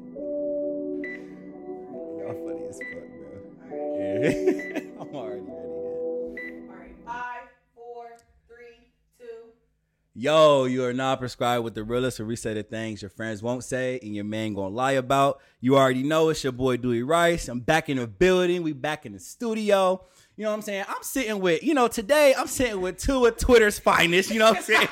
ready. I'm already ready. All right, five, four, three, two. Yo, you are not prescribed with the realest or reset of things your friends won't say and your man gonna lie about. You already know it's your boy Dewey Rice. I'm back in the building. We back in the studio. You know what I'm saying? I'm sitting with, you know, today I'm sitting with two of Twitter's finest. You know what I'm saying?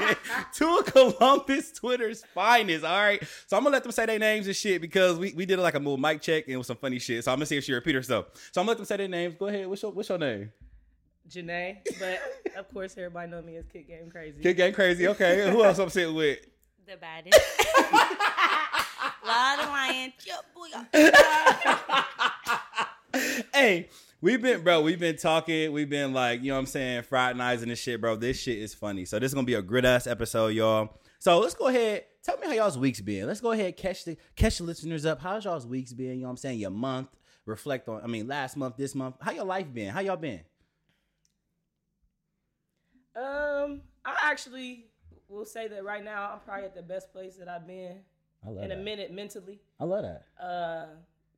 two of Columbus Twitter's finest. All right. So I'm gonna let them say their names and shit because we, we did like a little mic check and it was some funny shit. So I'm gonna see if she repeat herself. So I'm gonna let them say their names. Go ahead. What's your what's your name? Janae, but of course everybody know me as Kick Game Crazy. Kid Gang Crazy. Okay. Who else I'm sitting with? The baddest. Lot of lion. Yo, hey, we've been, bro, we've been talking. We've been like, you know what I'm saying, fraternizing and shit, bro. This shit is funny. So this is gonna be a grid ass episode, y'all. So let's go ahead. Tell me how y'all's weeks been. Let's go ahead catch the catch the listeners up. How's y'all's weeks been? You know what I'm saying? Your month. Reflect on. I mean, last month, this month. How your life been? How y'all been? Um, I actually will say that right now I'm probably at the best place that I've been I love in a minute mentally. I love that. Uh,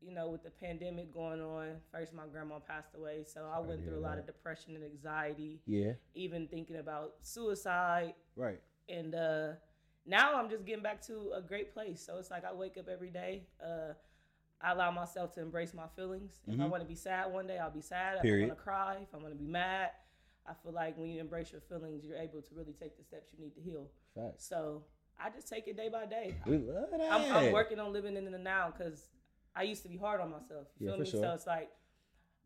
you know, with the pandemic going on, first my grandma passed away, so I went through a lot of depression and anxiety, Yeah. even thinking about suicide. Right. and uh now I'm just getting back to a great place. So it's like I wake up every day. Uh I allow myself to embrace my feelings. If I Mhm. want to be sad one day, I'll be sad. Period. If I want to cry, if I want to be mad, I feel like when you embrace your feelings, you're able to really take the steps you need to heal. Facts. So I just take it day by day. We love that. I'm, I'm working on living in the now because I used to be hard on myself. You Yeah, for feel me? sure. So it's like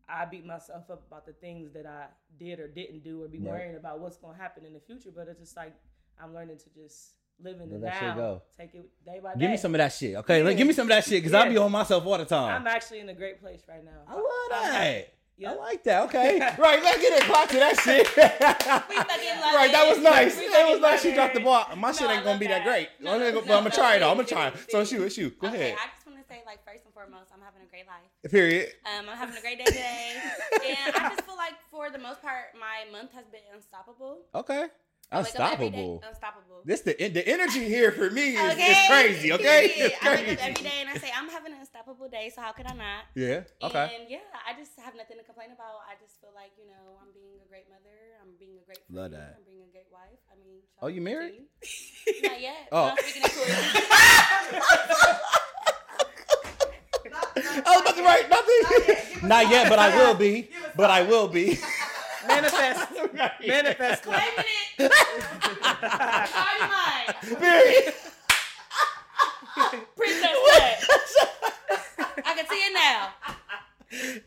I beat myself up about the things that I did or didn't do, or be Right. worrying about what's gonna happen in the future. But it's just like I'm learning to just live in the Let that shit now, go. take it day by day. Give me some of that shit, okay? Like, Yeah. give me some of that shit, cause I be Yeah. on myself all the time. I'm actually in a great place right now. I love that. Yeah. I like that. Okay. right. Let's get it. Clock to that shit. we fucking love right. That was it. nice. We That fucking was nice. She love dropped the it. ball. My shit No, I ain't gonna love be that that. great. No, I'm gonna go- no, but I'm gonna no, try it. though. I'm please, gonna try. it. please, So please. shoot. Shoot. Go Okay, ahead. I just want to say, like, first and foremost, I'm having a great life. Period. Um, I'm having a great day today, and I just feel like, for the most part, my month has been unstoppable. Okay. I wake up every day- Unstoppable. Unstoppable. This the en- the energy here for me is, Okay? is crazy. Okay. Period. It's I wake up every crazy. day and I say, I'm having an unstoppable day, so how could I not? Yeah. Okay. And yeah, I just have nothing to complain about. I just feel like, you know, I'm being a great mother. I'm being a great friend. Love that. I'm being a great wife. I mean, shout Oh, out you to married? you. Not yet. Oh. Oh. I'm speaking of I was about to write Oh, Oh, nothing. Not yet, but I will be. Give us But I will be. Manifest, Right. manifest. Claiming it. It's already mine. Period. Princess cut. I can see it now.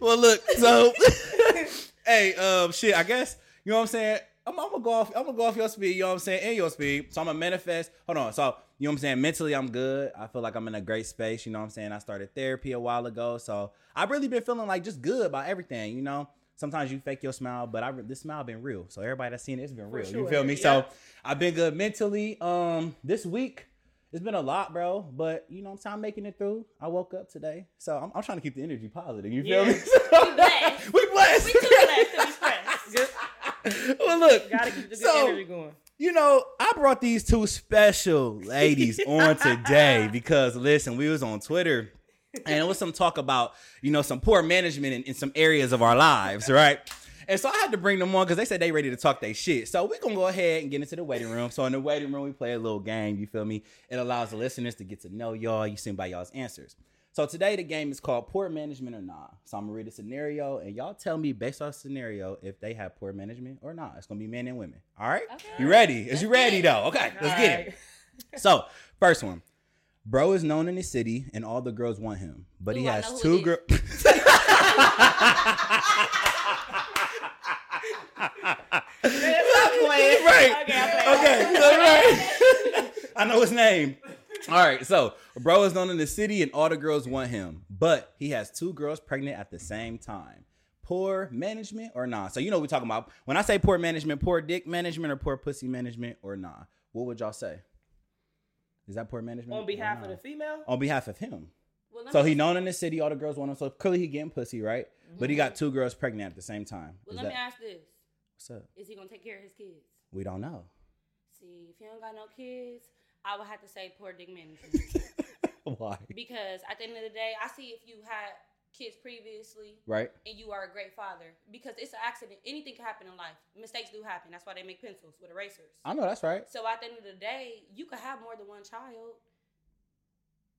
Well, look, so hey, um, shit. I guess you know what I'm saying. I'm, I'm gonna go off. I'm gonna go off your speed. You know what I'm saying, and your speed. So I'm gonna manifest. Hold on. So you know what I'm saying. Mentally, I'm good. I feel like I'm in a great space. You know what I'm saying. I started therapy a while ago, so I've really been feeling like just good about everything. You know. Sometimes you fake your smile, but I re- this smile been real. So everybody that's seen it, it's been real. You sure. feel me? Yeah. So I've been good mentally. Um, this week it's been a lot, bro. But you know, what I'm saying? I'm making it through. I woke up today, so I'm, I'm trying to keep the energy positive. You feel Yeah. me? We blessed. we blessed. We too blessed to be stressed. Good. well, look. Gotta keep the good so, energy going. You know, I brought these two special ladies on today because listen, we was on Twitter and it was some talk about, you know, some poor management in, in some areas of our lives, right? And so I had to bring them on because they said they ready to talk their shit. So we're gonna go ahead and get into the waiting room. So in the waiting room, we play a little game, you feel me? It allows the listeners to get to know y'all. You seen by y'all's answers. So today the game is called Poor Management or Nah. So I'm gonna read a scenario and y'all tell me based off scenario if they have poor management or not. It's gonna be men and women. All right? Okay. You ready? Is you Let's ready get though? Okay, let's All get it. right. So first one. Bro is known in the city and all the girls want him. But he Ooh, I know has who two it girls. Stop playing. Right. Okay, I'm playing. okay, that's right. I know his name. All right, so bro is known in the city and all the girls want him, but he has two girls pregnant at the same time. Poor management or nah? So you know what we're talking about. When I say poor management, poor dick management or poor pussy management or nah? What would y'all say? Is that poor management? On behalf of or the nah? female, on behalf of him. Well, let So me- he known in the city, all the girls want him. So clearly he getting pussy, right? But he got two girls pregnant at the same time. Is Mm-hmm. Well, let me that- ask this: what's up? Is he gonna take care of his kids? We don't know. See, if you don't got no kids, I would have to say poor dick management. Why? because at the end of the day, I see if you had kids previously right? and you are a great father because it's an accident. Anything can happen in life. Mistakes do happen. That's why they make pencils with erasers. I know that's right. so at the end of the day, you could have more than one child.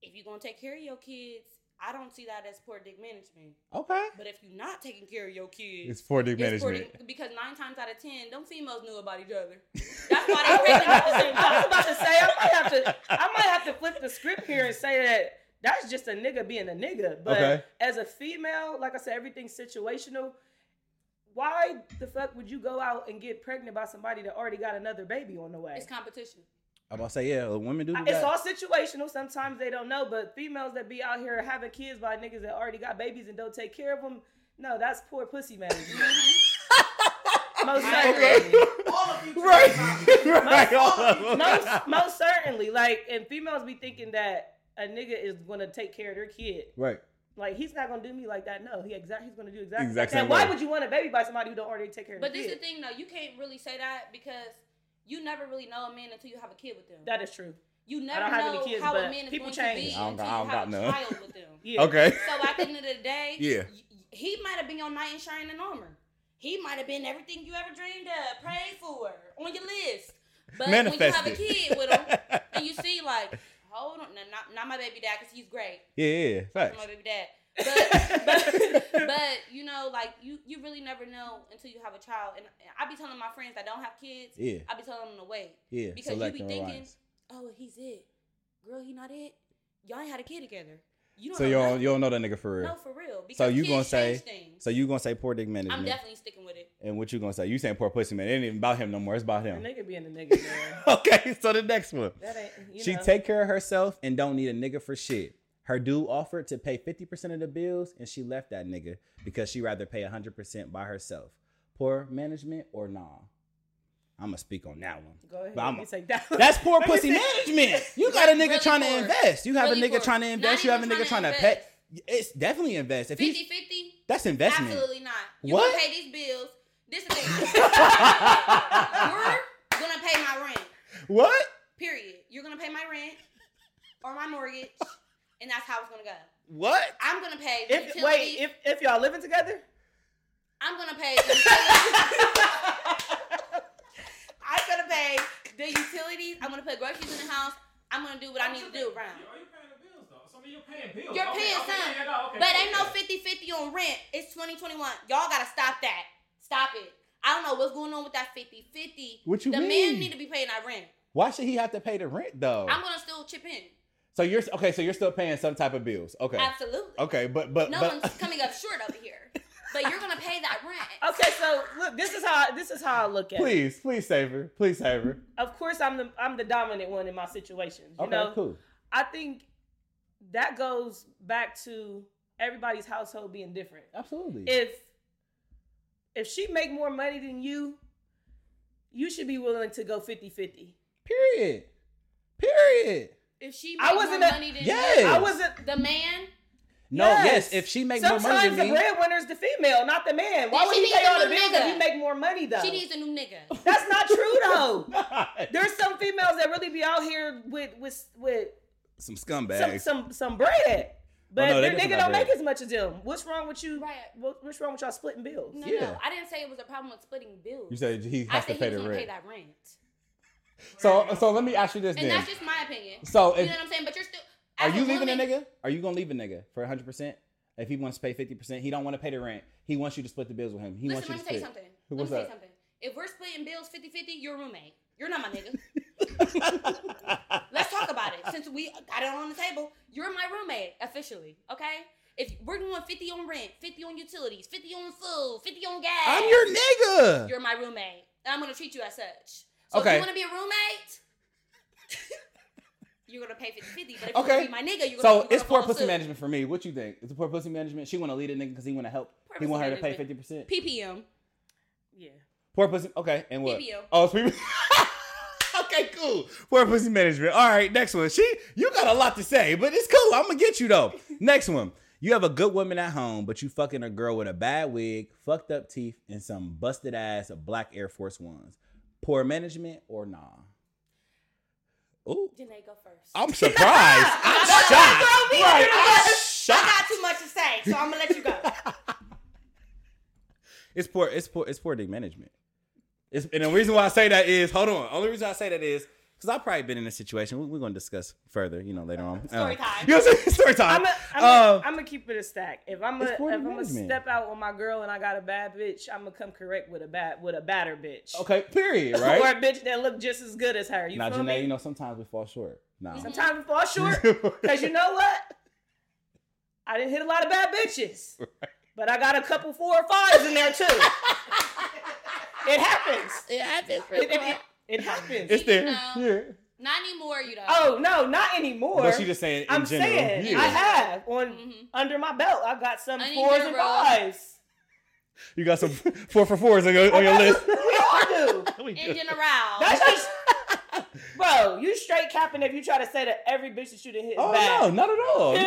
If you're gonna take care of your kids, I don't see that as poor dick management. Okay. But if you're not taking care of your kids, It's poor dick it's poor management. dick- because nine times out of ten, them females knew about each other. That's why they pregnant at the I same was time. about to say I might have to I might have to flip the script here and say that that's just a nigga being a nigga. But Okay. as a female, like I said, everything's situational. Why the fuck would you go out and get pregnant by somebody that already got another baby on the way? It's competition. I'm about to say yeah. Women do. do I- It's that. all situational. Sometimes they don't know, but females that be out here having kids by niggas that already got babies and don't take care of them, no, that's poor pussy management. most certainly, All of you. right. Right. right. All of most, them. most certainly. Like, and females be thinking that a nigga is gonna take care of their kid. Right. Like, he's not gonna do me like that. No, he exact. He's gonna do exactly. Exact like that. same Why way. would you want a baby by somebody who don't already take care of? But their this is the kid? thing though, you can't really say that because you never really know a man until you have a kid with them. that is true. you I never don't have any know kids, how but a man is people going change. to be I don't- until I don't you have a got none. child with them. Yeah. Okay. So at the end of the day, Yeah. y- y- he might have been your knight in shining armor. He might have been everything you ever dreamed of, prayed for, on your list. But Manifest when you have a it. kid with him, and you see like, hold on, no, not, not my baby dad, because he's great, yeah. Yeah. not my Facts. baby dad. But, but, but you know, like you, you really never know until you have a child. And I be telling my friends that don't have kids, Yeah. I be telling them to wait. Yeah. uh, Because you select be and thinking, arise. Oh, he's it, girl. He not it. Y'all ain't had a kid together. You don't So know you don't, nothing. you don't know that nigga for real. No, for real. Because So you kids gonna say- change things. So you gonna say poor dick I'm management? definitely sticking with it. and what you gonna say? You saying poor pussy man? It ain't even about him no more. It's about A him. nigga being a nigga, man. okay. So the next one. That ain't. You she know. take care of herself and don't need a nigga for shit. Her dude offered to pay 50% of the bills and she left that nigga because she rather pay 100% by herself. Poor management or nah? I'm going to speak on that one. Go ahead. But I'm you a- take that. That's poor Let me pussy see. management. You got a nigga Really trying to poor. invest. You have Really a nigga poor. trying to Not invest. You have a even nigga trying trying to to pet. It's definitely invest. If 50 he 50? that's investment. Absolutely not. You What? gonna pay these bills. This is the thing. You're gonna pay my rent. What? Period. You're gonna pay my rent or my mortgage, and that's how it's gonna go. What? I'm gonna pay the If, utilities. wait, if if y'all living together, I'm gonna pay the I'm gonna pay the utilities. I'm gonna put groceries in the house. I'm gonna do what I need to do around. Are you paying the bills though? So I mean, you're paying bills. You're Okay, paying okay, some, yeah, no, okay, But ain't no okay. 50 50 on rent. It's 2021. Y'all gotta stop that. Stop it. I don't know what's going on with that 50 50. What you the mean? Oh. man need to be paying that rent. Why should he have to pay the rent though? I'm gonna still chip in. so you're okay. So you're still paying some type of bills. Okay. Absolutely. Okay, but but No but, one's coming up short over here. But you're gonna pay that rent. okay. So look, this is how this is how I look at it. Please, please save her. Please save her. Of course, I'm the I'm the dominant one in my situations. You Okay, know, cool. I think that goes back to everybody's household being different. Absolutely. If if she make more money than you, you should be willing to go 50-50. Period. Period. If she I makes more wasn't a- money than Yes. I wasn't the man, No, yes. If she make Sometimes more money than the me, breadwinner is the female, not the man. Why Then would she he pay needs a all the new bills nigga. if he make more money though? she needs a new nigga. That's not true though. Not. There's some females that really be out here with with with some some scumbags. some some bread. But Oh, no, they their get some nigga of don't that make as much as them. What's wrong with you? Right. What, what's wrong with y'all splitting bills? No, Yeah. no. I didn't say it was a problem with splitting bills. you said he I has to said he pay was the gonna rent. pay that rent. So so let me ask you this And then. that's just my opinion. So You if know what I'm saying? But you're still are as you leaving woman, a nigga? Are you gonna leave a nigga for hundred percent? If he wants to pay fifty percent, he don't want to pay the rent. He wants you to split the bills with him. He Listen, let me wants tell you you to something. Who- Let what's me tell that? you something. If we're splitting bills 50-50, you're a roommate. You're not my nigga. split. Let's talk about it. Since we got it on the table, you're my roommate officially, okay? If we're doing 50 on rent, 50 on utilities, 50 on food, 50 on gas. I'm your nigga. You're my roommate. And I'm gonna treat you as such. So Okay. if you wanna be a roommate, you're gonna pay 50-50. But if Okay. you wanna be my nigga, you're gonna So you're it's gonna poor follow pussy suit. management for me. What you think? It's poor pussy management. She want to lead a nigga because he want to help. Poor he want her pussy to pay fifty management. percent. PPM. Yeah. Poor pussy. Okay, and what? PPO. Oh, it's PPO. okay, cool. Poor pussy management. All right, next one. She, you got a lot to say, but it's cool. I'm gonna get you though. next one. You have a good woman at home, but you fucking a girl with a bad wig, fucked up teeth, and some busted ass black Air Force Ones. Poor management or nah? Ooh, Janae, go first. I'm surprised. I'm shocked. Right, I'm Oh, I shocked. got too much to say, so I'm gonna let you go. It's poor. It's poor. It's poor dick management. It's, and the reason why I say that is, hold on. Only reason I say that is because I've probably been in a situation. We, we're going to discuss further, you know, later on. Story Uh, time. You know, what I'm saying? story time. I'm gonna I'm Um, I'm keep it a stack. If I'm It's gonna if poorly I'm gonna management. step out on my girl and I got a bad bitch, I'm gonna come correct with a bad with a badder bitch. okay. Period. Or a Right. bitch that look just as good as her. You now, feel Janae, me? you know, sometimes we fall short. Nah. Sometimes we fall short. Cause you know what? I didn't hit a lot of bad bitches. But I got a couple four or fives in there too. it happens. It happens. It, it- it- it happens. it's there. You know. Yeah. Not anymore, you know. oh no, not anymore. But she just saying in I'm general. saying yeah. I have on Mhm. under my belt. I got some I need fours your and roll. fives. You got some four for fours on your, on your list. we all do. We In do. general. That's just, bro. You straight capping if you try to say that every bitch that you done hit is Oh bad. no, not at all. No,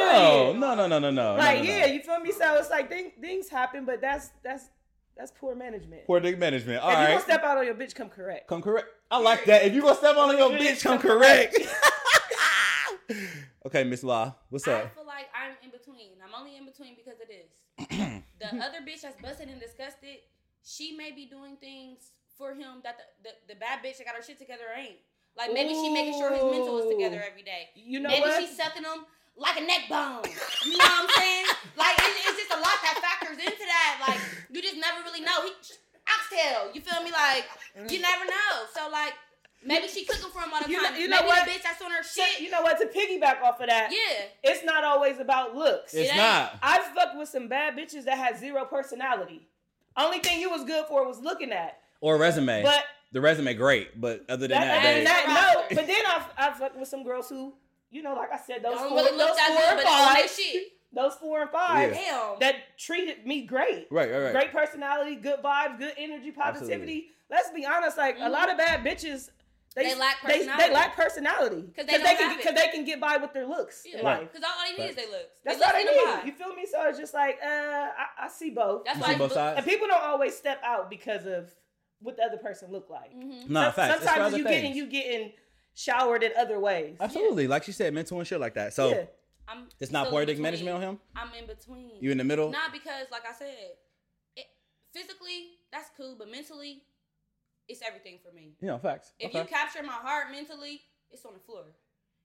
Period. no, no, no, no, no. Like no, no, no. yeah, you feel me? So it's like thing, things happen, but that's that's that's poor management. Poor dick management. All if you right. gonna step out on your bitch, come correct. Come correct. I like that. If you gonna step on your bitch, come correct. okay, Miss La, what's I up? feel like I'm in between. I'm only in between because of this. the other bitch that's busted and disgusted, she may be doing things for him that the, the, the bad bitch that got her shit together ain't. Like maybe she making sure his mental is together every day. You know maybe what? she's sucking him like a neck bone. You know what I'm saying? Like it's, it's just a lot that factors into that. Like you just never really know. He oxtail. You feel me? Like you never know. So like maybe she cooking for him all the You know- time. you know maybe what? the bitch that's on her So, shit. you know what? To piggyback off of that, yeah. it's not always about looks. It's ain't- not. I've fucked with some bad bitches that had zero personality. Only thing you was good for was looking at. Or resume. But the resume, great. But other than that, that, other than they- that, no. Roster. But then I've, I've fucked with some girls who, you know, like I said, those Don't four, really look those that four and good, but it's on their five, shit. those four and five Yeah. Damn. that treated me great. right, right, right. Great personality, good vibes, good energy, positivity. Absolutely. Let's be honest, like a Mhm. lot of bad bitches, they, They lack they, personality. lack personality 'Cause they don't can have it. because they can get by with their looks in Yeah. Right. life. Because all, all they need is they looks. That's they all looks they and a need. You vibe. feel me? So it's just like uh, I, I see both, That's You why see you both look- sides? and people don't always step out because of what the other person look like. Mhm. No, Some- facts. It's for Sometimes other you things. getting you getting showered in other ways. Absolutely, like she said, mental and shit like that. So Yeah. I'm it's not still poor in dick between. management on him. I'm in between. You in the middle. Not because, like I said, it, physically that's cool, but mentally, it's everything for me. You know, facts. If Okay. you capture my heart mentally, it's on the floor.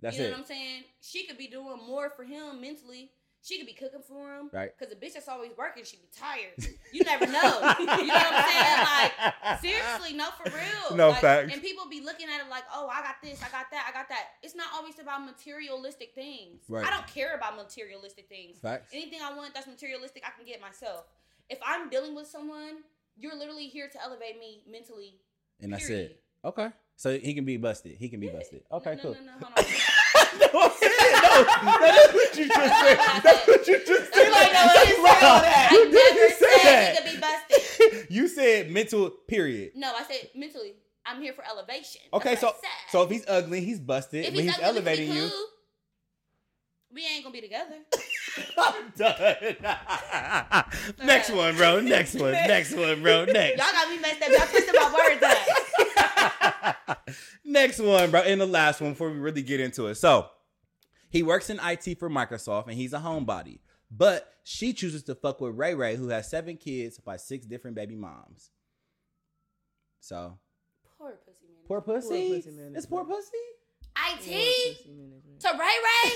That's you know it. what I'm saying? She could be doing more for him mentally. She could be cooking for him. Right. Because the bitch that's always working, she be tired. You never know. you know what I'm saying? Like Seriously, no, for real. No, like, facts. And people be looking at it like, oh, I got this, I got that, I got that. It's not always about materialistic things. Right. I don't care about materialistic things. Facts. Anything I want that's materialistic, I can get myself. If I'm dealing with someone, you're literally here to elevate me mentally. And that's period. it. Okay. So he can be busted. He can be busted. Okay, no, cool. No, no, no, hold on. no, I'm saying no. No, That's what you just said. That's what you just said. You ain't gonna That's say wrong. all that. You I never didn't say said that. he could be busted. You said mental period. No, I said mentally. I'm here for elevation. Okay, That's so what I said. so if he's ugly, he's busted, If but he's, ugly, we could be elevating you. cool. We ain't gonna be together. I'm done. Next one, bro. Next one. Next one, bro. Next. Y'all got me messed up. Y'all twisted my words up. Next one, bro. And the last one before we really get into it. So he works in IT for Microsoft and he's a homebody. But she chooses to fuck with Ray Ray, who has seven kids by six different baby moms. So Poor pussy man. poor pussy. pussy management. it's poor pussy. IT to Ray Ray.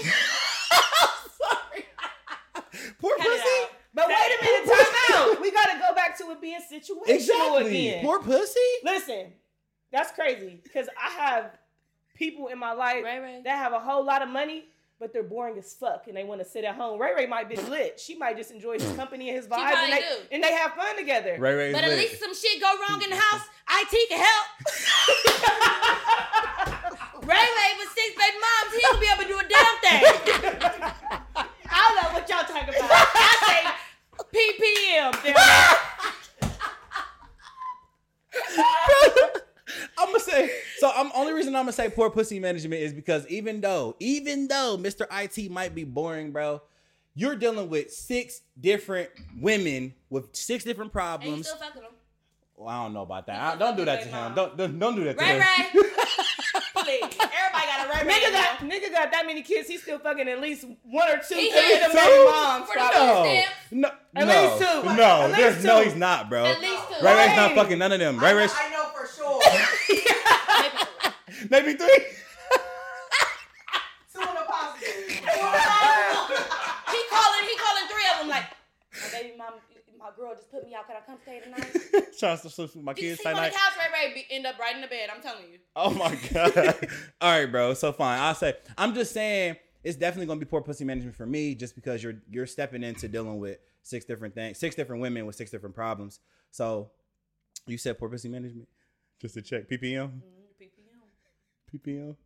Poor Cut it pussy. out. But wait a minute, time out. We gotta go back to it being situational Exactly. again. Poor pussy. Listen, that's crazy because I have people in my life Ray Ray. that have a whole lot of money, but they're boring as fuck and they want to sit at home. Ray Ray might be lit. She might just enjoy his company and his vibes, probably and they, do. and they have fun together. Ray Ray's But at lit. least some shit go wrong in the house. IT can help. Ray Ray with six baby moms, he gonna be able to do a damn thing. I don't know what y'all talking about. I say PPM. damn it. I'm gonna say so. I'm only reason I'm gonna say poor pussy management is because even though, even though Mr. IT might be boring, bro, you're dealing with six different women with six different And you problems. still fucking him. Well, I don't know about that. You I- still don't do that to fucking him. mom. Don't, don't don't do that to Ray him. Ray. Exactly. Everybody got a right Nigga man. got nigga got that many kids. He's still fucking at least one or two. He three is. of them baby Two? moms. For the probably. most- No, Stamp. no, At no, least two. no. At least there's no, two. he's not, bro. At least two. Ray Ray's not Right. fucking none of them. I Ray know, Ray's I know for sure. Maybe two. maybe three. Two in the positive. He calling, he calling three of them like, my baby mom, my girl just put me out. Can I come stay tonight? Trying to sleep with my You kids sleep on the tonight. couch, Ray Ray, be, end up right in the bed. I'm telling you. Oh my god. All right, bro. So fine. I'll say. I'm just saying it's definitely gonna be poor pussy management for me, just because you're you're stepping into dealing with six different things, six different women with six different problems. So you said poor pussy management. Just to check PPM, PPM.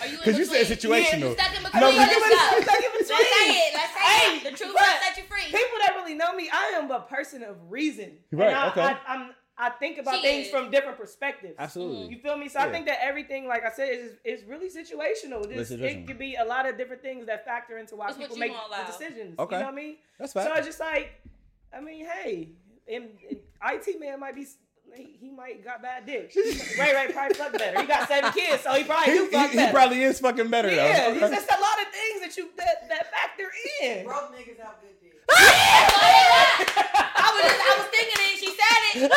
Are you in 'Cause you said between? situational. You stuck in between No, I mean, but- yourself. like, it was- like, it was Let's say me. it. Let's say it. Hey, The truth but- will set you free. People that really know me, I am a person of reason. And Right, I, okay. I, I'm, I think about She things is. Mm. from different perspectives. Absolutely. You feel me? So Yeah. I think that everything, like I said, is is really situational. This, It's situational. it could be a lot of different things that factor into why It's what people you make gonna allow. the decisions. Okay. You know what I mean? That's So fine. it's just like, I mean, hey, and, and IT man might be. He, he might got bad dick. Ray Ray probably fucked better. He got seven kids, so he probably he, do fuck he- he better. probably is fucking better yeah, though. it's just a lot of things that you that, that factor in. Broke niggas have good dick. I was just, I was thinking it. She said it.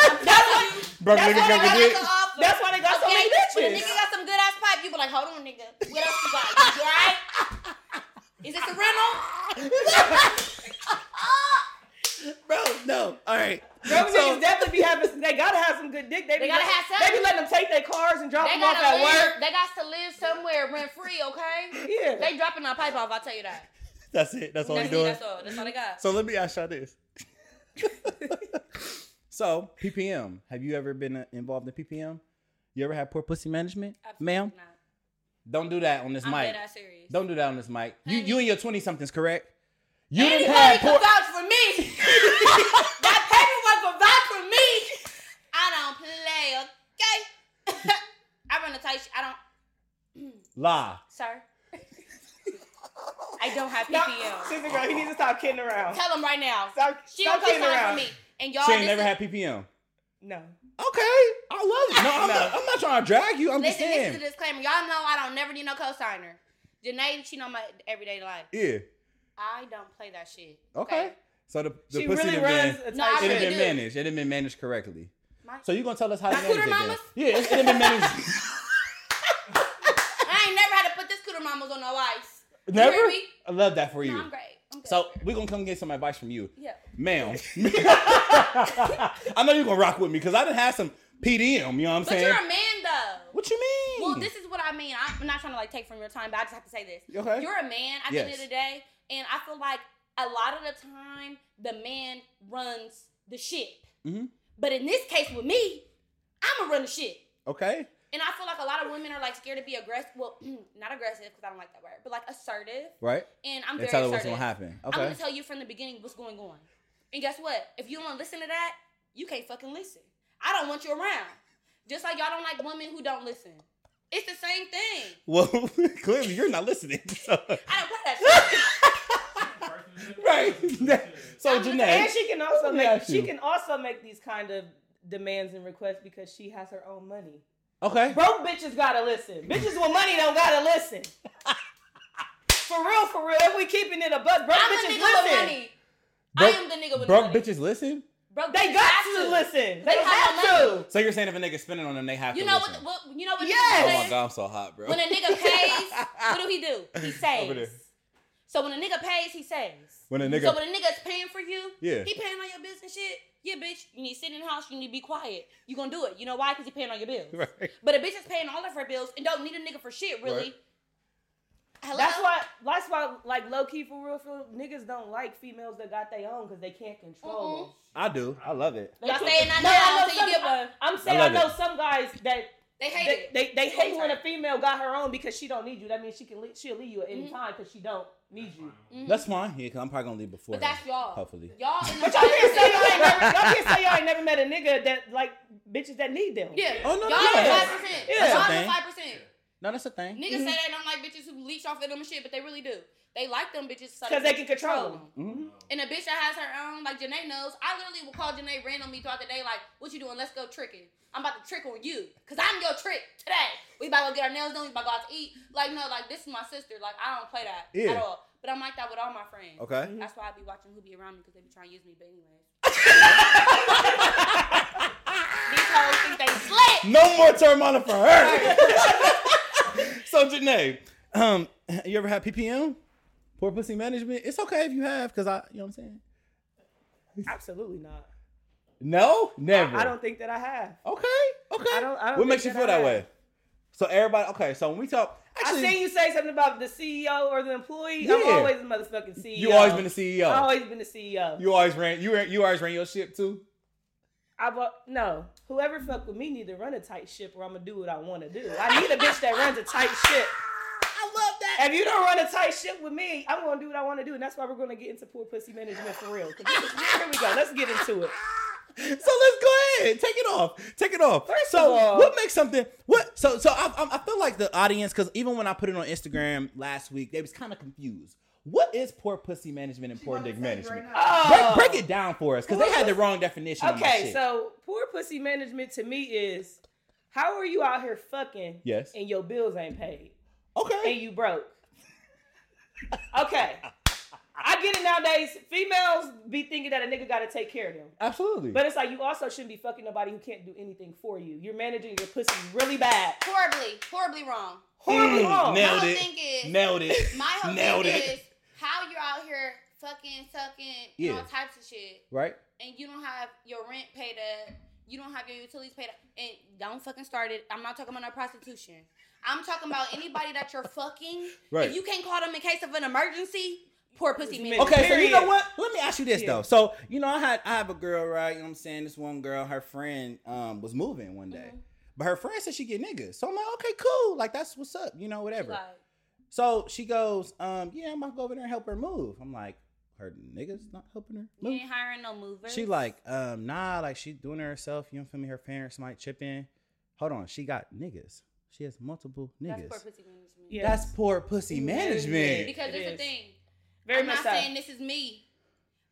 Bro, That's nigga got all I the That's dick. an offer. That's why they got so Okay, many when a bitches. nigga got some good ass pipe, you be like, hold on, nigga. What else you got? You alright? Is this a rental? Bro, no. All right. Broke So- niggas definitely be having. They gotta have some good dick. They, They be gotta let- have some. They be letting them take their cars and drop They them off gotta at live. work. They got to live somewhere rent free, okay? Yeah. They dropping our pipe off. I tell you that. That's it. That's all That's we it. doing. That's all. That's all they got. So let me ask y'all this. so PPM, have you ever been uh, involved in PPM? You ever had poor pussy management, Absolutely ma'am? not. Don't do that on this I'm mic. dead ass serious. Don't do that on this mic. You Honey. you in your twenty somethings, correct? You Anybody didn't have can poor. vouch for me. that paperwork can vouch for me. I don't play, okay? I run a tight. Sh- I don't. Lie. Sir, I don't have No, PPL. sister girl, he needs to stop kidding around. Tell him right now. Stop, She stop don't come kidding sign for around. me. And y'all, She this ain't never is- had PPM. No. Okay, I love it. No, I'm No. not. I'm not trying to drag you. I'm just listen. This saying. is a disclaimer. Y'all know I don't never need no cosigner. Janae, she know my everyday life. Yeah. I don't play that shit. Okay. So the, the she pussy really done runs been, a tight No, I it ship. done really been do. managed. It done been managed correctly. My- So you gonna tell us how to My manage it? cooter then? mamas? Yeah, it's, it done been managed. I ain't never had to put this cooter mamas on no ice. You hear Never. me? I love that for you. No, I'm great. I'm good. So we're gonna come get some advice from you, yeah. ma'am. I know you're gonna rock with me because I done had some PDM. You know what I'm But saying? you're a man though. what you mean? Well, this is what I mean. I'm not trying to like take from your time, but I just have to say this. You okay. You're a man at the end Yes. of the day, and I feel like a lot of the time the man runs the ship. Mhm. But in this case with me, I'm gonna run the ship. okay. And I feel like a lot of women are like scared to be aggressive. Well, not aggressive because I don't like that word, but like assertive. Right. And I'm and very tell her what's assertive. gonna happen. I'm Okay. gonna tell you from the beginning what's going on. And guess what? If you don't listen to that, you can't fucking listen. I don't want you around. Just like y'all don't like women who don't listen. It's the same thing. well, clearly you're not listening. So. I don't play that shit. Right. so I'm gonna- Janae, And she can also Let me make ask she you. can also make these kind of demands and requests because she has her own money. okay. Broke bitches gotta listen. bitches with money don't gotta listen. for real, for real. If we keeping it a buck, broke I'm the bitches nigga listen. with money. I am the nigga with broke money. bitches listen. Broke They bitches got have to listen. They, They have have no to. So you're saying if a nigga spending on them, they have You to know what? listen. The, what you know what? Yes. The oh nigga my is? god, I'm so hot, bro. When a nigga pays, what do he do? He Over there. saves. So when a nigga pays, he saves. When a nigga- So when a nigga's paying for you, Yeah. he paying on your bills and shit. Yeah, bitch, you need to sit in the house. You need to be quiet. You gonna do it? You know why? Cause he paying on your bills. Right. But a bitch is paying all of her bills and don't need a nigga for shit, really. Right. Hello. That's why that's why like low key for real for real, niggas don't like females that got their own because they can't control Mhm. them. I do. I love it. Y'all They- saying I No, I know know until you some- get one. I'm I saying I, love know it. some guys that They hate they, it. they, they hate hate when her. a female got her own because she don't need you. That means she can le- she'll leave you at any Mhm. time because she don't need you. Mhm. That's fine. Yeah, because I'm probably gonna leave before. But that's her, y'all. Hopefully. Y'all in the But y'all can't say y'all ain't never y'all can't say y'all ain't never met a nigga that like bitches that need them. Yeah. Oh, no, no, y'all in the yeah. five percent. Yeah. Y'all in Something. the five percent. No, that's a thing. Mm-hmm. Niggas say they don't like bitches who leech off of them and shit, but they really do. They like them bitches so Because they can control them. Mhm. And a bitch that has her own, like Janae knows, I literally will call Janae randomly throughout the day, like, what you doing? Let's go tricking. I'm about to trick on you. Cause I'm your trick today. We about to go get our nails done, we about to go out to eat. Like, no, like this is my sister. Like, I don't play that Yeah. at all. But I'm like that with all my friends. Okay. That's why I be watching who be around me because they be trying to use me. But anyways, these hoes think they slick. No more Termana for her. so Janae, um, you ever had PPM? Poor pussy management. It's okay if you have, because I, you know what I'm saying. Absolutely not. No, never. I don't think that I have. Okay, okay. I don't- I don't what makes you think feel that I that way? have. So everybody, okay. So when we talk, actually, I seen you say something about the CEO or the employee. I'm Yeah. always the motherfucking CEO. you always been the CEO. I've always been the E CEO. you always ran. You ran, you always ran your ship too. I bought no. Whoever fuck with me need to run a tight ship, or I'm gonna do what I want to do. I need a bitch that runs a tight ship. I love that. If you don't run a tight ship with me, I'm gonna do what I want to do, and that's why we're gonna get into poor pussy management for real. 'Cause this is- Here we go. Let's get into it. So let's go ahead. Take it off. Take it off. First so of all- what makes something what? So so I, I, I feel like the audience because even when I put it on Instagram last week, they was kind of confused. What is poor pussy management and poor dick management? Oh. break, break it down for us because they had the wrong definition. of my Okay, shit. so poor pussy management to me is how are you out here fucking Yes. and your bills ain't paid and okay, you broke. Okay. I get it nowadays. Females be thinking that a nigga gotta take care of them. absolutely. But it's like you also shouldn't be fucking nobody who can't do anything for you. You're managing your pussy really bad. Horribly, horribly wrong. Horribly Mm, wrong. Nailed My whole it. thing is- Nailed it. My whole Nailed thing it. is how you're out here fucking, sucking, Yeah. all types of shit, right. and you don't have your rent paid up, you don't have your utilities paid up, and don't fucking start it. I'm not talking about no prostitution. I'm talking about anybody that you're fucking. Right. If you can't call them in case of an emergency, poor pussy man. Okay. Okay, so you know Period. what? Let me ask you this Yeah. though. So you know, I had I have a girl, right? You know what I'm saying? This one girl, her friend um was moving one Mm-hmm. day. But her friend said she get niggas. So I'm like, okay, cool. Like that's what's up, you know, whatever. Like, so she goes, um, yeah, I'm gonna go over there and help her move. I'm like, her niggas not helping her you move. ain't hiring no movers. She like, um, nah, like she doing it herself, you know feel me? Her parents might chip in. Hold on, she got niggas. She has multiple that's niggas. poor pussy management. Yeah. That's poor pussy management. Because It it's the is. thing. Very I'm much not so. saying this is me,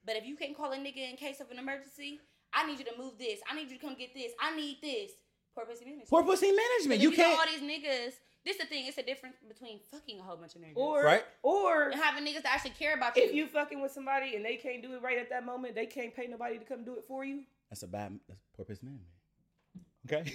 but if you can call a nigga in case of an emergency, I need you to move this. I need you to come get this. I need this. Poor pussy management. Poor pussy management. Because You if got can't all these niggas. This the thing. It's the difference between fucking a whole bunch of niggas Or Right. or and having niggas that actually care about you. if you fucking with somebody and they can't do it right at that moment, they can't pay nobody to come do it for you. That's a bad. That's poor piss man. Okay.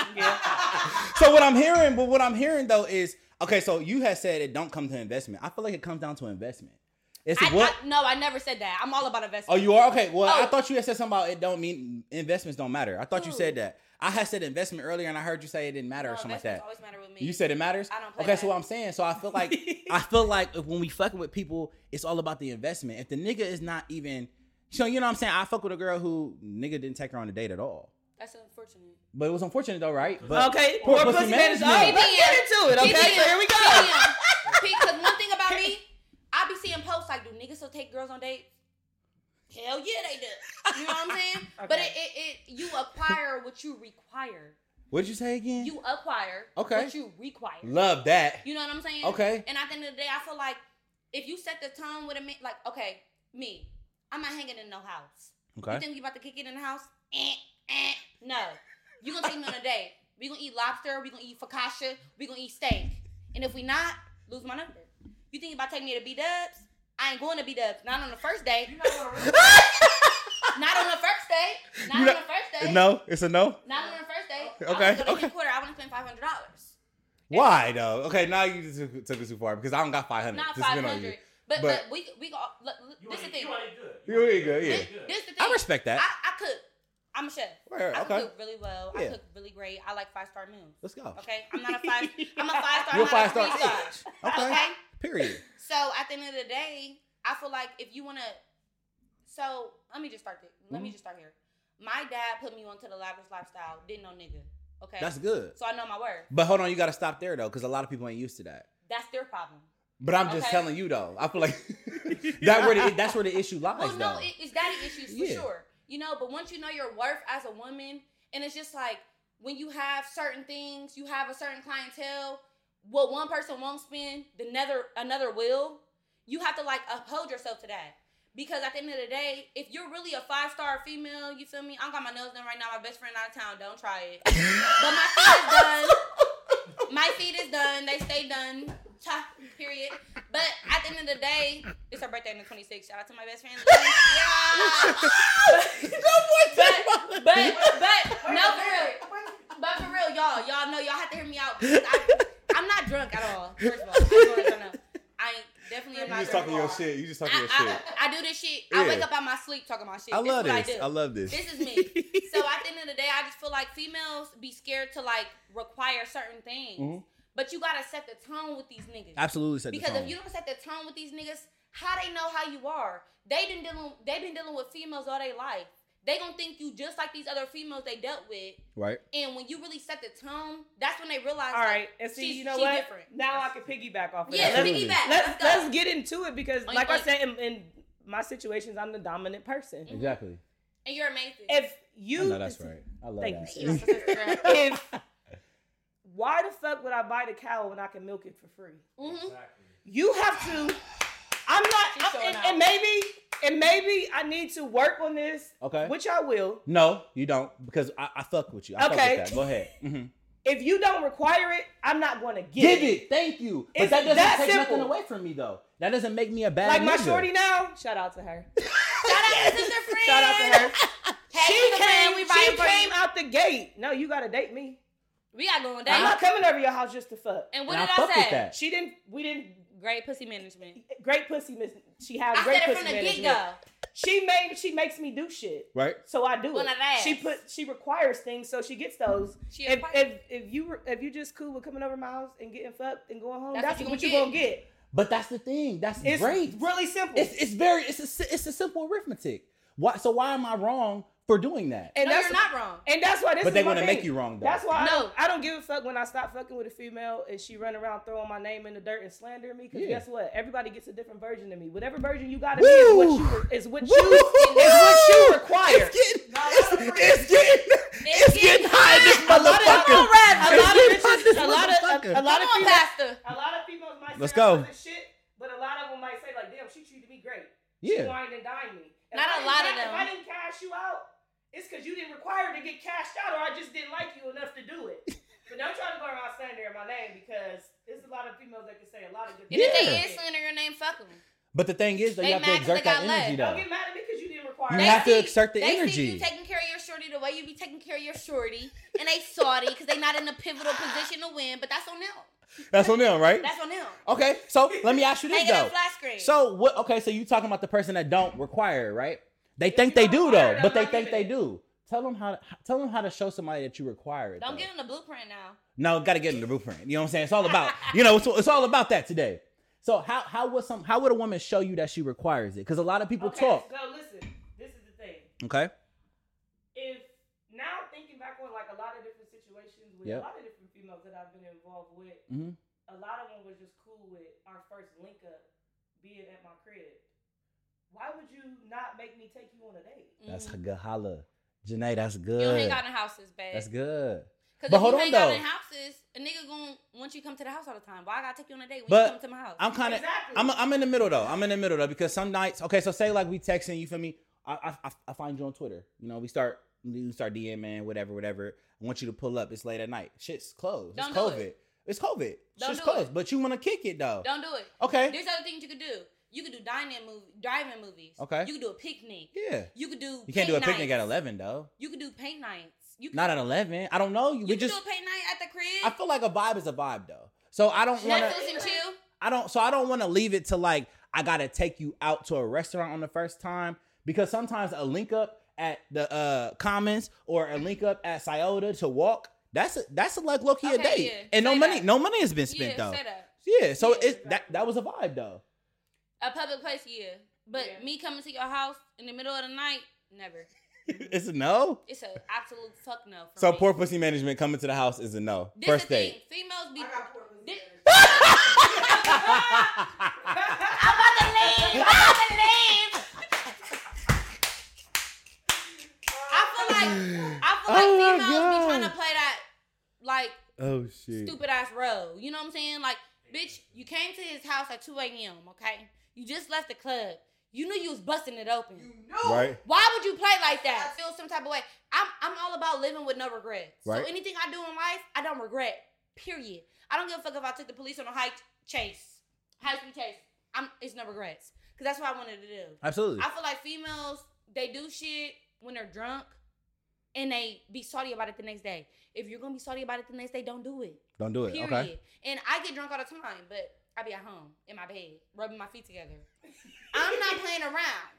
so what I'm hearing, but what I'm hearing though is okay. So you had said it don't come to investment. I feel like it comes down to investment. It's I, what? I, no, I never said that. I'm all about oh, investment. you are okay. Well, I Oh. thought you had said something about it don't mean investments don't matter. I thought you Who? said that. I had said investment earlier, and I heard you say it didn't matter no, or something like investments that. Always matter with me. You said it matters. I don't play Okay, so that. what I'm saying, so I feel like I feel like if- when we fuck with people, it's all about the investment. If the nigga is not even, so you know what I'm saying. I fuck with a girl who nigga didn't take her on a date at all, that's unfortunate. but it was unfortunate though, right? But okay, Poor poor, pussy pussy, management. management. Oh, let's get into it. Okay, so here we go. Because one thing about me, I be seeing posts like, "Do niggas still take girls on dates?" Hell yeah, they do. You know what I'm saying? But Okay. it, it, it, you acquire what you require. what'd you say again? You acquire Okay. what you require. Love that. You know what I'm saying? Okay. And at the end of the day, I feel like if you set the tone with a man, like, okay, me, I'm not hanging in no house. You Okay. think you about to kick it in the house? Eh, eh. No. You gonna take me on a date. We gonna eat lobster. We gonna eat focaccia. We gonna eat steak. And if we not, lose my number. You think you about to take me to B Dubs? I ain't going to B Dubs. Not on the first date. Not on the first date. Not You on know- the first date. No, it's a no. Not on the first date. Okay, I wanna go to okay. Quarter. I want to spend five hundred dollars. Why though? Okay, now you just took, took it too far because I don't got five hundred. Not This has five been on hundred. you. But- But, but we we go. Look, look, You this ain't, the thing. You ain't good. You ain't good, yeah. ain't good. This the thing. I respect I, that. I cook. I'm a chef. Word, I okay. cook really well. Yeah. I cook really great. I like five star meals. Let's go. Okay, I'm not a five. I'm a five star. You're not five a three star. star. Okay. Okay. Period. So at the end of the day, I feel like if you wanna, so let me just start. This. Let me Mm-hmm. just start here. My dad put me onto the lavish lifestyle. Didn't know nigga. Okay. That's good. so I know my word. But hold on, you got to stop there though, because a lot of people ain't used to that. That's their problem. But I'm just Okay. telling you though. I feel like that where the, that's where the issue lies Well, no, though. it, it's daddy issues for Yeah. sure. You know, but once you know your worth as a woman, and it's just like when you have certain things, you have a certain clientele. what one person won't spend, the another another will. You have to like uphold yourself to that. Because at the end of the day, if you're really a five star female, you feel me? I don't got my nails done right now. My best friend out of town. Don't try it. but my feet is done. My feet is done. They stay done. Cha, period. But at the end of the day, it's her birthday on the 26th. Shout out to my best friend. Yeah. but, but, but, no, for real. But for real, y'all, y'all know y'all have to hear me out. because I, I'm not drunk at all. First of all, I just wanna let y'all know. I ain't- definitely am You not just drunk talking at your all. shit. You just talking I, your I, shit. I do this shit. I Yeah. wake up out my sleep talking my shit. I love That's what this. I I do. love this. This is me. so at the end of the day, I just feel like females be scared to like require certain things, Mm-hmm. Mhm. but you gotta set the tone with these niggas. Absolutely said Because if you don't set the tone with these niggas, how they know how you are? They been dealing. They been dealing with females all their life. They gonna think you just like these other females they dealt with. right. And when you really set the tone, that's when they realize. All right, like, and see, she's- you know she what? Different. Now I can piggyback off of yeah, that. Let me- Absolutely. piggyback. let's Let's, let's, go. get into it because Oink, like Mm-hmm. I oink. said in, in my situations I'm the dominant person. Mhm. Exactly. And you're amazing. If you I know that's right. I love Thank that. you. You're so correct. if why the fuck would I buy the cow when I can milk it for free? Mhm. Exactly. You have to I'm She's not I'm- showing and, and maybe and maybe I need to work on this, Okay. which I will. No, you don't, because I, I fuck with you. I Okay. fuck with that. Go ahead. Mhm. If you don't require it, I'm not going to give, Give it. Thank you. But It's that doesn't that take simple. nothing away from me, though. That doesn't make me a bad Like my nigga. shorty now, shout out to her. Shout out to sister friend. Shout out to her. Hey, She sister friend, came, we she riding for came you. out the gate. No, you gotta date me. We got going I'm down. not coming over your house just to fuck. And what And I did I, fuck say? with that. She didn't. We didn't. Great pussy management. Great pussy. Miss, she has I great said it pussy from the management. get go. She made. She makes me do shit. Right. So I do One it. of that. She put. She requires things, so she gets those. She a If, part- if if you were- if you just cool with coming over my house and getting fucked and going home, that's, That's what you gonna get. But that's the thing. That's It's great. really simple. It's, it's very. It's a. si- It's a simple arithmetic. Why? So why am I wrong for doing that? and no, that's you're not wrong. And that's why this. But is they want wanna make you wrong, though. That's why I, No. don't, I don't give a fuck when I stop fucking with a female and she run around throwing my name in the dirt and slandering me. Because Yeah. guess what? Everybody gets a different version of me. Whatever version you got to be is what you re- is what you is what you require. getting, it's- it's getting, it's getting hot in this A lot of Come on, Rav. a lot of It's this bitches, a lot of motherfucker. a, a lot of Come on, females, Pastor. a lot of females might Let's say go. I wasn't shit, but a lot of them might say like, "Damn, she treated me great. She Yeah. wined and dined me." If I Not a didn't lot of ca- If them. I didn't cash you out, it's because you didn't require to get cashed out, or I just didn't like you enough to do it. but don't try to go around saying there in my name because there's a lot of females that can say a lot of good And if they Yeah. is slandering your name, fuck them. But the thing is, though, They you have to mad 'cause they exert that got left. energy, Don't though. get mad at me because you didn't require. You it. have to exert the they See energy. you taking care of your shorty the way you be taking care of your shorty, and they salty because they not in a pivotal position to win. But that's on them. That's on them, right? That's on them. Okay. So let me ask you They this get a though. flat screen. So what? Okay. So you talking about the person that don't require, right? They think you they do require though, it, but they I'm not think they giving do. Tell them how. Tell them how to show somebody that you require it. don't though. give them the blueprint now. No, gotta get in the blueprint. You know what I'm saying? It's all about, you know, it's, it's all about that today. So how how would some how would a woman show you that she requires it? Because a lot of people okay, talk. So listen, this is the thing. Okay. if now thinking back on like a lot of different situations with Yep. a lot of different females that I've been involved with, Mhm. a lot of them were just cool with our first link up being at my crib. Why would you not make me take you on a date? That's Mhm. good holla. Janae, that's you don't good. hang out in houses, babe. That's good. Because But if hold you on, hang out though. in houses, a nigga gonna want you to come to the house all the time. Why I gotta take you on a date when But you come to my house? I'm kind of Exactly. I'm I'm in the middle though. I'm in the middle though because some nights. Okay, so say like we texting, you feel me? I I, I- I find you on Twitter. You know, we start we start DMing, whatever, whatever. I want you to pull up. It's late at night. Shit's closed. Don't it's do COVID. it. It's COVID. Don't Shit's do closed. it. But you want to kick it though. Don't do it. okay. There's other things you could do. You could do dining movie, driving movies. Okay. You could do a picnic. Yeah. You could do. You can't do a paint picnic at nights. eleven though. You could do paint nights. You could, Not at eleven. I don't know. You You we could just. do a paint night at the I crib. feel like a vibe is a vibe though. So I don't want to. Netflix and chill. I don't. So I don't want to leave it to like I gotta take you out to a restaurant on the first time because sometimes a link up at the uh Commons or a link up at Scioto to walk. That's a, that's a, like low key a Okay, date, yeah. and no Say money that. no money has been spent yeah, though. set up. Yeah, so Yeah. it that that was a vibe though. A public place, yeah. But Yeah. me coming to your house in the middle of the night, never. it's a no. It's a absolute fuck no. for So me. poor pussy management coming to the house is a no. This First the thing. date. Females be. I got poor pussy. This- energy. I'm about to leave. I'm about to leave. I feel like I Oh feel like my females be God. trying to play that like Oh shit. stupid ass road. You know what I'm saying? Like, bitch, you came to his house at 2 a.m. Okay, you just left the club. You knew you was busting it open. You know. Right. Why would you play like that? I feel some type of way. I'm I'm all about living with no regrets. Right. So anything I do in life, I don't regret. Period. I don't give a fuck if I took the police on a high chase, high speed chase. I'm it's no regrets because that's what I wanted to do. Absolutely. I feel like females they do shit when they're drunk, and they be salty about it the next day. If you're gonna be salty about it the next day, don't do it. Don't do it. Period. Okay. And I get drunk all the time, but I be at home in my bed, rubbing my feet together. I'm not playing around.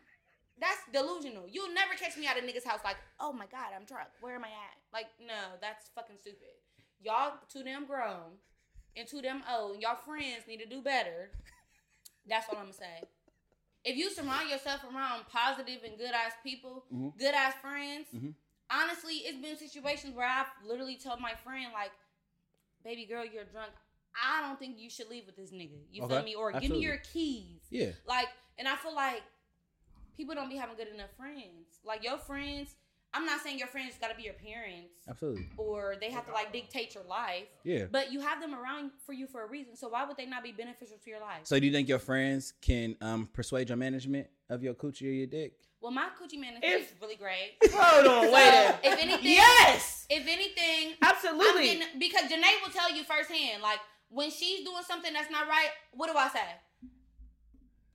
That's delusional. You'll never catch me at a nigga's house like, oh my God, I'm drunk. Where am I at? Like, no, that's fucking stupid. Y'all too damn grown and too damn old, and y'all friends need to do better. That's all I'm gonna say. If you surround yourself around positive and good ass people, Mhm. good ass friends, Mhm. honestly, it's been situations where I've literally told my friend, like, baby girl, you're drunk. I don't think you should leave with this nigga. You Okay. feel me? Or give Absolutely. me your keys. Yeah. Like, and I feel like people don't be having good enough friends. Like your friends, I'm not saying your friends gotta be your parents Absolutely. or they have to like dictate your life. Yeah. But you have them around for you for a reason. So why would they not be beneficial to your life? So do you think your friends can um, persuade your management of your coochie or your dick? well, my coochie man is If- really great. Hold on, wait. So, a- if anything, yes, if anything, I'm absolutely. getting, because Janae will tell you firsthand, like when she's doing something that's not right, what do I say?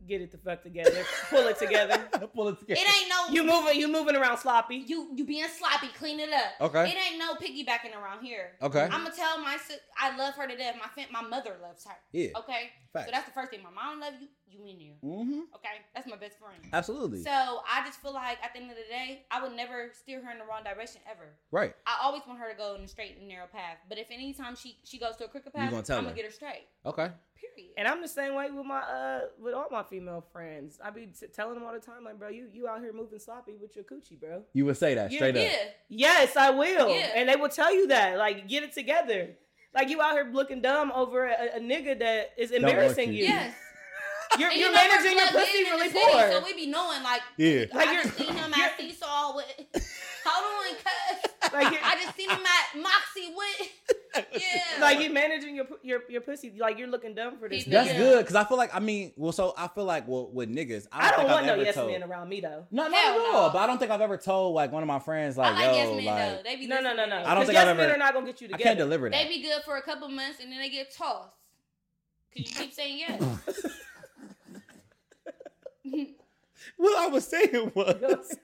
Get it the fuck together. Pull it together. Pull it together. It ain't no You moving, you moving around sloppy. you you being sloppy, clean it up. Okay. It ain't no piggybacking around here. Okay. I'm gonna tell my sis, I love her to death. My fam- my mother loves her. Yeah. Okay. Facts. So that's the first thing. My mom love you. You in there. Mm-hmm. Okay. That's my best friend. Absolutely. So I just feel like at the end of the day, I would never steer her in the wrong direction ever. right. I always want her to go in a straight and narrow path. But if anytime she she goes to a crooked You path, gonna tell I'm her. gonna get her straight. Okay. Period. And I'm the same way with my uh with all my female friends. I be t- telling them all the time, like, bro, you you out here moving sloppy with your coochie, bro. You would say that Yeah, straight up. yeah. Yes, I will. Yeah. And they will tell you that, like, get it together. Like you out here looking dumb over a, a nigga that is want embarrassing you. you. Yes. You're, And you're you know we're managing your plugged pussy in in the really city, poor. So we be knowing like Yeah. Like I you're- just seen him at Seesaw with. Hold on, cuz. like you're, I just seen him at Moxie with. Yeah. like you're managing your pu- your your pussy. Like you're looking dumb for this. He's That's Yeah. nigga. good because I feel like I mean, well, so I feel like well, with niggas, I don't, I don't think want I've no ever yes told. men around me though. No, not Hell at all. no. But I don't think I've ever told like one of my friends I like, like yo, yes men though. like They be No, no, no, listening. no. I don't Because think yes I've men ever- are not gonna get you I together. can't deliver They that. be good for a couple months and then they get tossed. Cause you keep saying yes. What I was saying was, Yes.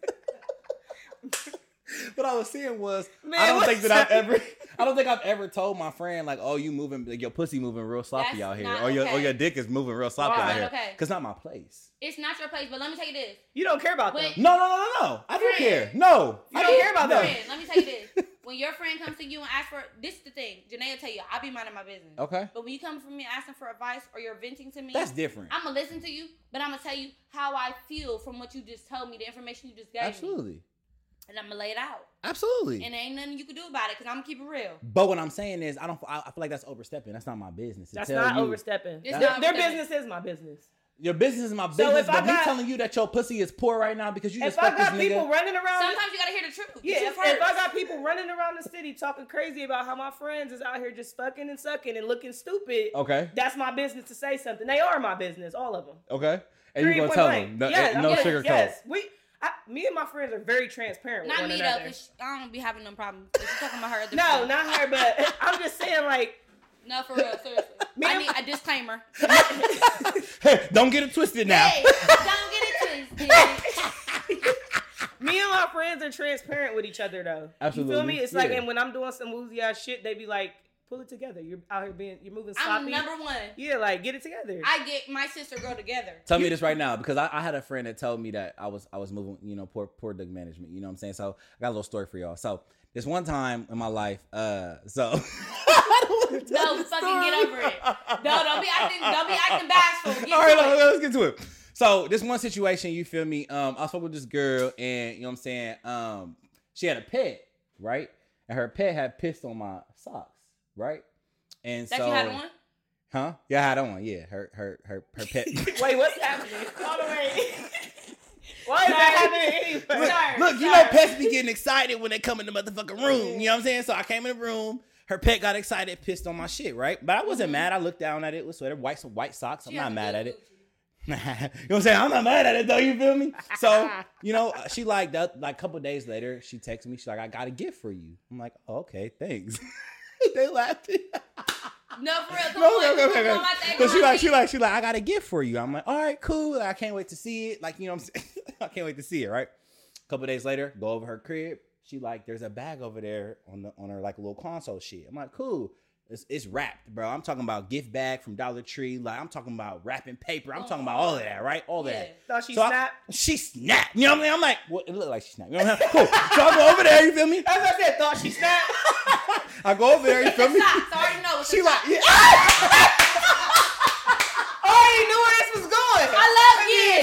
what I was saying was, Man, I don't what's think that I've up? ever, I don't think I've ever told my friend like, oh, you moving, like, your pussy moving real sloppy That's out here, not or your, or okay. your dick is moving real sloppy That's out here, not okay. cause not my place. it's not your place, but let me tell you this. You don't care about When- them. No, no, no, no, no. I don't Friend. care. No, You I don't care about no. that. Friend, let me tell you this. When your friend comes to you and asks for this is the thing, Janae will tell you, I'll be minding my business. Okay, But when you come from me asking for advice or you're venting to me, that's different. I'm gonna listen to you, but I'm gonna tell you how I feel from what you just told me, the information you just gave me, Absolutely, and I'm gonna lay it out. absolutely. And there ain't nothing you can do about it because I'm gonna keep it real. But what I'm saying is, I don't. I, I feel like that's overstepping. That's not my business. to That's tell not you. overstepping. It's Their- not Their overstepping. business is my business. Your business is my So business. if I but me got- telling you that your pussy is poor right now because you just If I fucked this got nigga. people running around, Sometimes you gotta hear the truth. The yeah, truth if, if I hurts. got people running around the city talking crazy about how my friends is out here just fucking and sucking and looking stupid, okay. that's my business to say something. They are my business, all of them. Okay. And you're Three gonna point tell blank. them no, Yes, eh, no yes, sugar coat. Yes, we. I, me and my friends are very transparent with Not one me though, another. because I don't be having no problem. You're talking about her other no, friend. not her, but I'm just saying, like, No, for real, seriously. Me I and need a disclaimer. Hey, don't get it twisted now. Hey, don't get it twisted. me and my friends are transparent with each other, though. You feel Absolutely, me? It's like, yeah. and when I'm doing some woozy ass shit, they be like, "Pull it together. You're out here being, you're moving I'm sloppy. number one. yeah, like get it together." I get my sister girl together. Tell me this right now because I, I had a friend that told me that I was I was moving, you know, poor poor dick management. You know what I'm saying? So I got a little story for y'all. So this one time in my life, uh, so No, fucking get over it. No, don't be acting. Don't be acting bashful. Get All right, to it. let's- let's get to it. So this one situation, you feel me? Um, I was fucking with this girl, and you know what I'm saying. Um, she had a pet, right? And her pet had pissed on my socks, right? And That so, you had one. huh? Yeah, I had on. Yeah, her, her, her, her pet. Wait, what's happening? Hold on, wait. Why is that happening? look, anyway? look, you know, pets be getting excited when they come in the motherfucking room. You know what I'm saying? So I came in the room. Her pet got excited, pissed on my shit, right? But I wasn't mad. I looked down at it with sweater, white some white socks. I'm She has not a mad good at it. coochie. you know what I'm saying? I'm not mad at it though. You feel me? So you know, she like that. Like a couple days later, she texted me. She's like, "I got a gift for you." I'm like, oh, "Okay, thanks." they laughing. No, for real. Come No, on, no, no, come no, on, no. my thing, Cause she my like, she thing. like, she like, I got a gift for you. I'm like, all right, cool. I can't wait to see it. Like, you know, what I'm saying? I can't wait to see it. Right. A couple days later, go over her crib. She like, there's a bag over there on the on her like little console shit. I'm like, cool. It's, it's wrapped, bro. I'm talking about gift bag from Dollar Tree. Like, I'm talking about wrapping paper. I'm talking about all of that, right? All Yeah. that. Thought she So I- snapped. She snapped. You know what I'm saying? I'm like, well, it looked like she snapped. You know what I'm saying? Cool. So I go over there, you feel me? That's what I said. Thought she snapped. I go over there, you feel me? Socks, I already know. It's She a like, sock. yeah. I already knew where this was going. I love you.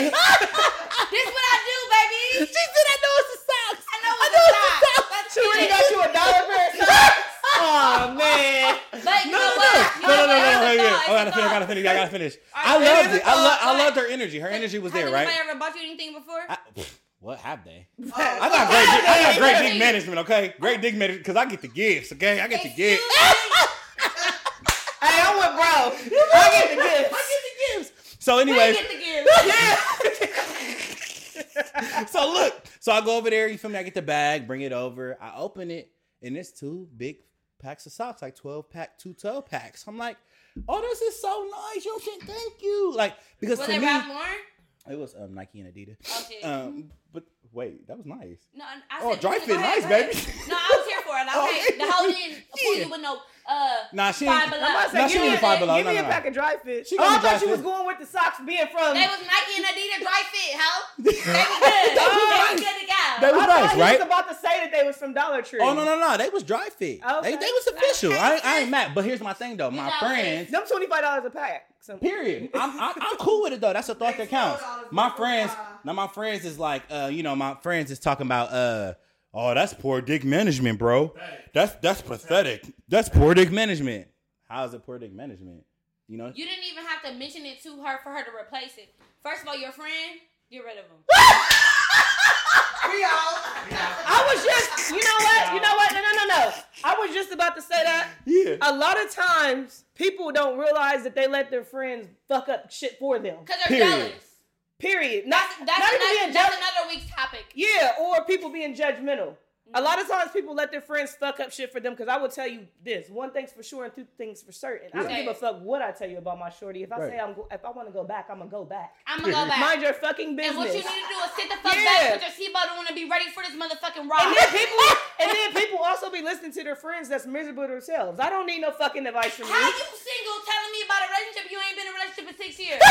this what I do, baby. She said, I know it's a socks. I know it's a sock. Let's She do really it. got you a dollar pair of socks. Oh man. But you No, know no, what? no, no, no, no, no, You wait, know wait. what? I gotta It's a finish. I thought. gotta finish. I gotta finish. I Alright, loved it is it. a I love. thought, I loved her energy. Her energy was there, Has right? anybody ever bought you anything before? I, pff, what have they? Oh, I got great. dick- I got great Hey. dick management. Okay, great dick management because I get the gifts. Okay, I get the Excuse gifts. me? Hey, I'm with bro. I get the I gifts. get the gifts. So, We anyways, get the gift. so look. So I go over there. You feel me? I get the bag, bring it over. I open it, and it's two big packs of socks, like twelve pack, two twelve packs. I'm like, oh, this is so nice. Yo, shit, thank you. Like because Was to it me, Ralph Lauren? it was um, Nike and Adidas. Oh, shit. Um, but wait, that was nice. No, I I said, Oh, dry go fit, ahead, nice, go ahead. baby. No, I was here for it. I was Okay. okay. the whole in Yeah. yeah. with no uh. Nah, she Five ain't. below. I'm about to No, say, she give me, ain't a, five below. give me No, a no, no. pack of dry fit. She oh, got I me dry thought you was fit. going with the socks being from. They was Nike and Adidas dry fit, huh? They was good. they was was good to go. That was I nice, thought he right? was about to say that they was from Dollar Tree. Oh no no no, they was dry fit. They, Okay. they was official. I, ain't- I Okay. ain't mad. But here's my thing though, my know, friends. Them twenty five dollars a pack. So, Period. I'm I, I'm cool with it though. That's a thought that counts. My friends now my friends is like uh you know my friends is talking about uh oh that's poor dick management bro. That's that's pathetic. That's poor dick management. How is it poor dick management? You know You didn't even have to mention it to her for her to replace it. First of all, your friend, get rid of him. We all. I was just, you know what, you know what? No no no no. I was just about to say that. yeah. A lot of times people don't realize that they let their friends fuck up shit for them. Cause they're Period. jealous. Period. Not That's not that's, even another, being that's jealous. another week's topic. Yeah, or people being judgmental. A lot of Mm-hmm. times people let their friends fuck up shit for them because I will tell you this one thing's for sure and two things for certain. I don't Right. give a fuck what I tell you about my shorty. If I Right. say I'm go- if I want to go back, I'm gonna go back. I'm gonna go back. Mind your fucking business. and what you need to do is sit the fuck Yeah. back, put your seatbelt on, and be ready for this and then motherfucking ride. people and then people also be listening to their friends that's miserable themselves. I don't need no fucking advice from you. How you single telling me about a relationship? You ain't been in a relationship in six years.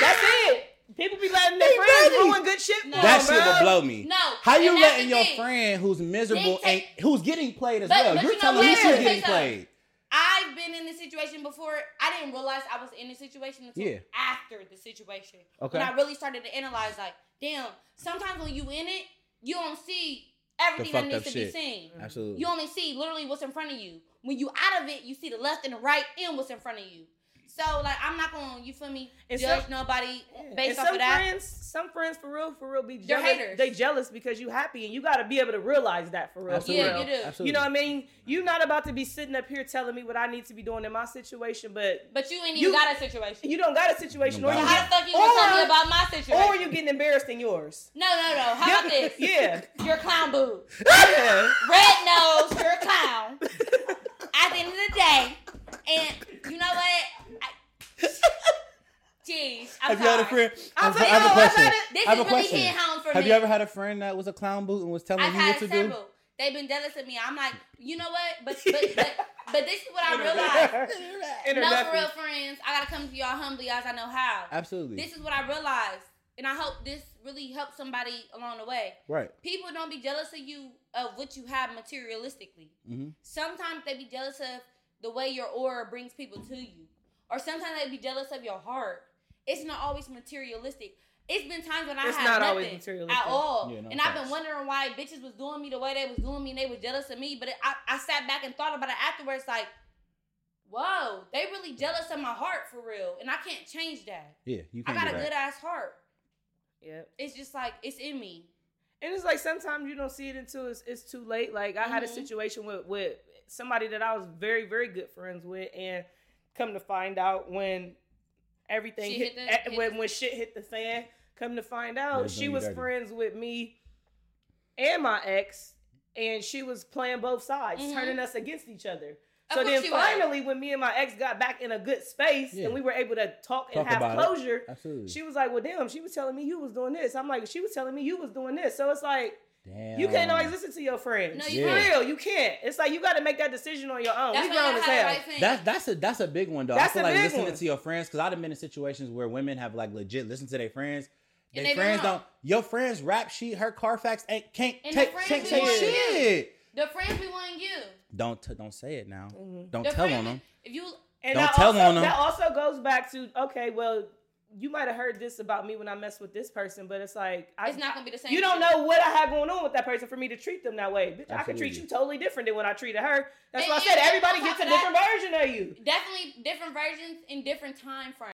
That's it. People be letting their They friends ready. ruin good shit. No. for That them, shit bro. will blow me. Oh, No, How you and that's letting the your thing. friend who's miserable They and take- who's getting played as But- well? but You're you know telling me what? she's Let me getting tell you something. played. I've been in this situation before. I didn't realize I was in this situation until Yeah. after the situation. Okay. When I really started to analyze, like, damn, sometimes when you in it, you don't see everything that fucked needs up to shit. be seen. Absolutely. You only see literally what's in front of you. When you out of it, you see the left and the right and what's in front of you. So like I'm not gonna, you feel me, And judge some- nobody and based off some of that. friends, some friends for real, for real, be They're jealous. haters. They jealous because you happy, and you got to be able to realize that for real. For Absolutely. Yeah, real. you do. Absolutely. You know what I mean? You're not about to be sitting up here telling me what I need to be doing in my situation, but but you ain't You- even got a situation. you don't got a situation, No, or, so you wow. how the get, fuck you gonna tell or- me about my situation? or you getting embarrassed in yours. no, no, no. How about this? Yeah. You're a clown boo. yeah. Red nose, you're a clown. At the end of the day, and you know what? I, jeez, I'm Have you had a sorry. friend? I'll I'm tell sorry, you I have a what, I've question. had This I have is a really question. hitting home for Have me. you ever had a friend that was a clown boot and was telling I've you what had to several. do? They've been jealous of me. I'm like, you know what? But but but, but this is what I realized. In her No, for nephew. real, friends. I gotta come to y'all humbly as I know how. Absolutely. This is what I realized, and I hope this really helps somebody along the way. right. People don't be jealous of you of what you have materialistically. Mm-hmm. Sometimes they be jealous of the way your aura brings people to you, or sometimes they be jealous of your heart. It's not always materialistic. It's been times when I It's had not nothing always materialistic. at all, Yeah, no and I've facts. been wondering why bitches was doing me the way they was doing me, and they was jealous of me. But it, I, I sat back and thought about it afterwards, like, whoa, they really jealous of my heart for real, and I can't change that. Yeah, you I can got do a good that. ass heart. Yeah. It's just like it's in me. And it's like sometimes you don't see it until it's, it's too late. Like I had a Mhm. situation with with somebody that I was very very good friends with, and come to find out when everything She hit, hit the- eh, hit when the- when shit hit the fan. Come to find out, That's she gonna be was dirty. friends with me and my ex, and she was playing both sides, Mhm. turning us against each other. Of So course then she was. finally, when me and my ex got back in a good space Yeah. and we were able to talk and Talk have about it. closure, Absolutely. she was like, "Well, damn, she was telling me you was doing this." I'm like, "She was telling me you was doing this." So it's like Damn. you can't always listen to your friends. No, No, you Yeah. can't. real, you can't. It's like you got to make that decision on your own. We That's why you grown gotta as have the hell. right friend. That's that's a that's a big one though. That's I feel a like big listening one. to your friends because I've been in situations where women have like legit listened to their friends. Their And they friends don't. don't. Your friends rap sheet. Her Carfax ain't can't And take, the friends can't we say want. shit. the friends we want you. Don't t- don't say it now. Mhm. Don't The tell friends- on them. If you And Don't that tell also, on 'em. That also goes back to okay, well, you might have heard this about me when I messed with this person, but it's like I, it's not gonna be the same. you don't shit. know what I had going on with that person for me to treat them that way. Bitch, I could treat Absolutely. you totally different than when I treated her. That's And- why I and said everybody on top gets a of that- different version of you. Definitely different versions in different time frames.